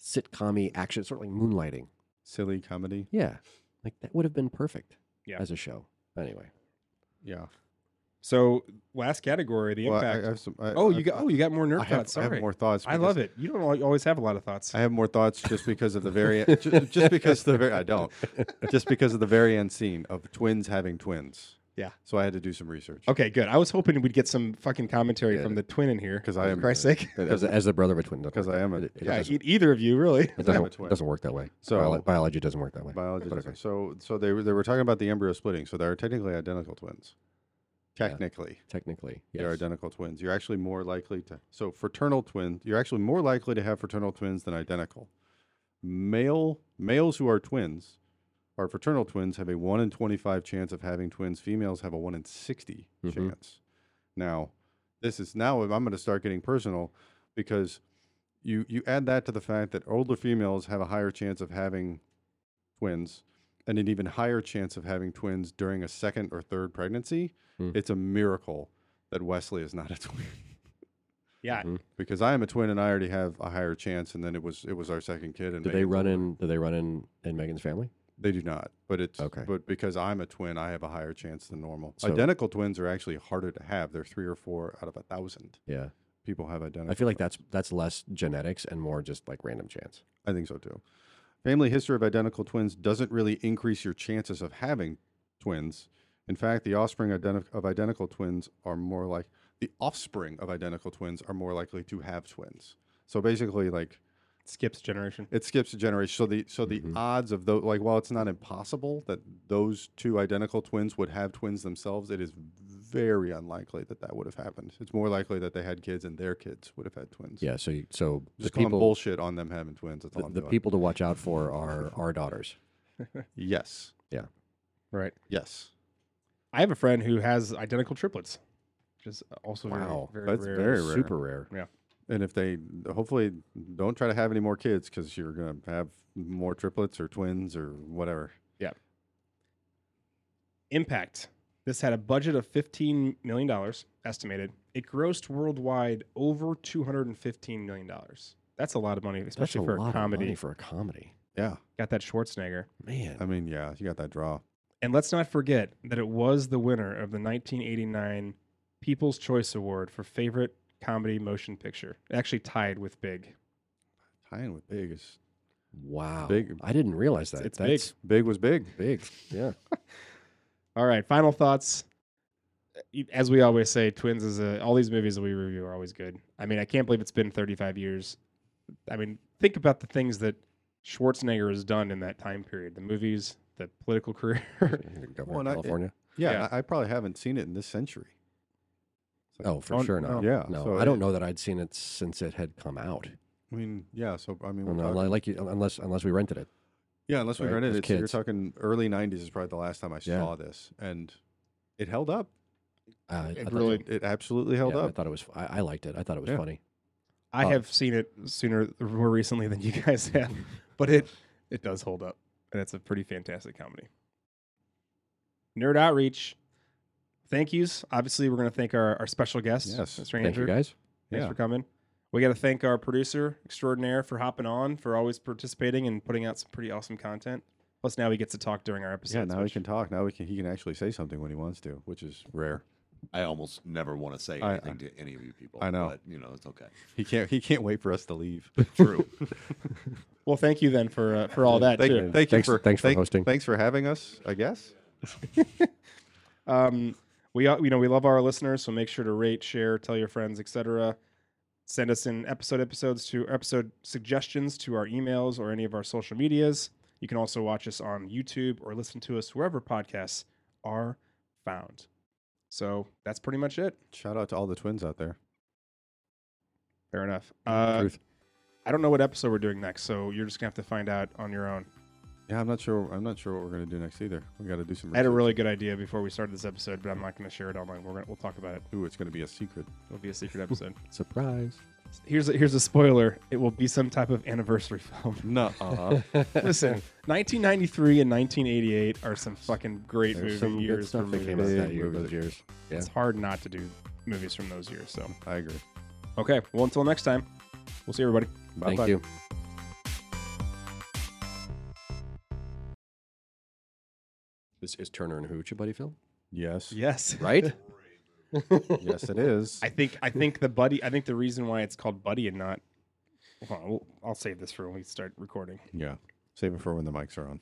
sitcom action, sort of like moonlighting. Silly comedy. Yeah, like that would have been perfect Yeah. as a show. Anyway, *laughs* Yeah. So last category, the Well, I- I impact. have some- I- oh, I- you got. Oh, you got more nerd I have, thoughts. I Sorry, have more thoughts. I because- love it. You don't al- always have a lot of thoughts. I have more thoughts just because of the very just, *laughs* just because the very I don't just because of the very end scene of twins having twins. Yeah. So I had to do some research. Okay, good. I was hoping we'd get some fucking commentary Yeah. from the twin in here. 'Cause I for am- Christ's sake. as, as the brother of a twin, doesn't Because work. I am a- It- it yeah, Yeah, doesn't- e- *laughs* either of you, *laughs* really. It I am doesn't, a twin. it doesn't work that way. So- Biolo- biology doesn't work that way. Biology. But doesn't- okay. So so they were- they were talking about the embryo splitting. So they're technically identical twins. Yeah. Technically. Technically, yes. They're identical twins. You're actually more likely to so fraternal twins. You're actually more likely to have fraternal twins than identical. Male males who are twins are fraternal twins have a one in twenty five chance of having twins. Females have a one in 60 Mhm. chance. Now, this is now I'm going to start getting personal because you you add that to the fact that older females have a higher chance of having twins and an even higher chance of having twins during a second or third pregnancy. Hmm. It's a miracle that Wesley is not a *laughs* twin Yeah. Mhm. because I am a twin and I already have a higher chance. And then it was it was our second kid. And Do they Megan's run older. in? Do they run in in Megan's family? They do not. But it's Okay. But because I'm a twin, I have a higher chance than normal. So- identical twins are actually harder to have. They're three or four out of a thousand Yeah, people have identical. I feel like that's that's less genetics and more just like random chance. I think so too. Family history of identical twins doesn't really increase your chances of having twins. In fact, the offspring identi- of identical twins are more like the offspring of identical twins are more likely to have twins. So basically, like Skips generation. it skips a generation. So the so the Mhm. odds of those like while it's not impossible that those two identical twins would have twins themselves, it is very unlikely that that would have happened. It's more likely that they had kids and their kids would have had twins. Yeah. So you- so just the calling people bullshit on them having twins. That's all the, I'm the doing. *laughs* people to watch out for are our daughters. Yes. Right. Yes. I have a friend who has identical triplets, which is also Wow, very, very That's rare. very rare. Super rare. And if they hopefully don't try to have any more kids because you're gonna have more triplets or twins or whatever. Impact. This had a budget of $15 million estimated. It grossed worldwide over $215 million. That's a lot of money, That's especially for lot a of comedy. money for a comedy. Yeah. Got that Schwarzenegger. Man, I mean, yeah, you got that draw. And let's not forget that it was the winner of the 1989 People's Choice Award for favorite comedy motion picture. Actually tied with Big. Tying with big is wow. Big- I didn't realize that. It's- it's big. That's big was big. big. Yeah. All right, final thoughts. E, As we always say, Twins is a, all these movies that we review are always good. I mean, I can't believe it's been 35 years. I mean, think about the things that Schwarzenegger has done in that time period the movies, the political *laughs* career. Governor of Well, and I- California. Yeah, Yeah. I, I probably haven't seen it in this century. oh, for Oh, sure no. not. Yeah, No, so I it- don't know that I'd seen it since it had come out. I mean, yeah. So I mean, we're Unless, talking- like you, unless unless we rented it. yeah, unless we right, rented as it, so you're kids. talking early '90s is probably the last time I Yeah. saw this, and it held up. Uh, I It thought really was- It absolutely held yeah, I up. thought it was. I, I liked it. I thought it was Yeah. funny. I Oh. have seen it sooner, more recently than you guys have, but it it does hold up, and it's a pretty fantastic comedy. Nerd outreach. Thank yous. Obviously, we're going to thank our, our special guest, Yes. Mr. Thank Andrew. you guys. Thanks Yeah. for coming. We got to thank our producer extraordinaire for hopping on, for always participating and putting out some pretty awesome content. Plus, now he gets to talk during our yeah, episodes. now he which- can talk. Now we can. He can actually say something when he wants to, which is rare. I almost never want to say I- anything to any of you people. I know. But, you know, it's okay. He can't. He can't wait for us to *laughs* leave. True. Well, thank you then for uh, for all *laughs* that thank, too. you. Thank you Thanks- for thanks for thank- hosting. Thanks for having us. I guess. Um, we al- you know we love our listeners, so make sure to rate, share, tell your friends, etc. Send us in episode episodes to or episode suggestions to our emails or any of our social medias. You can also watch us on YouTube or listen to us wherever podcasts are found. So that's pretty much it. Shout out to all the twins out there. Fair enough. Uh, Truth. I don't know what episode we're doing next, so you're just gonna have to find out on your own. Yeah, I'm not sure. I'm not sure what we're gonna do next either. We got to do some. I had a research. really good idea before we started this episode, but I'm not gonna share it online. We're gonna, we'll talk about it. Ooh, it's gonna be a secret. It'll be *laughs* a secret episode. Surprise. here's a, here's a spoiler. It will be some type of anniversary film. *laughs* No, *laughs* uh Listen, 1993 and 1988 are some fucking great There's movie some good years. for stuff that me. came out that Big year, movies. those years. Yeah. It's hard not to do movies from those years. So I agree. okay, well until next time, we'll see everybody. Thank Bye-bye. you. Is, is Turner and Hooch a buddy film? Yes. Yes. *laughs* Right? Yes, it is. I think I think the buddy. I think the reason why it's called buddy and not. Hold on, we'll, I'll save this for when we start recording. yeah. Save it for when the mics are on.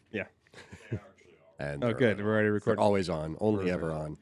and Oh, they're- good. We're already They're recording. always on, only ever on.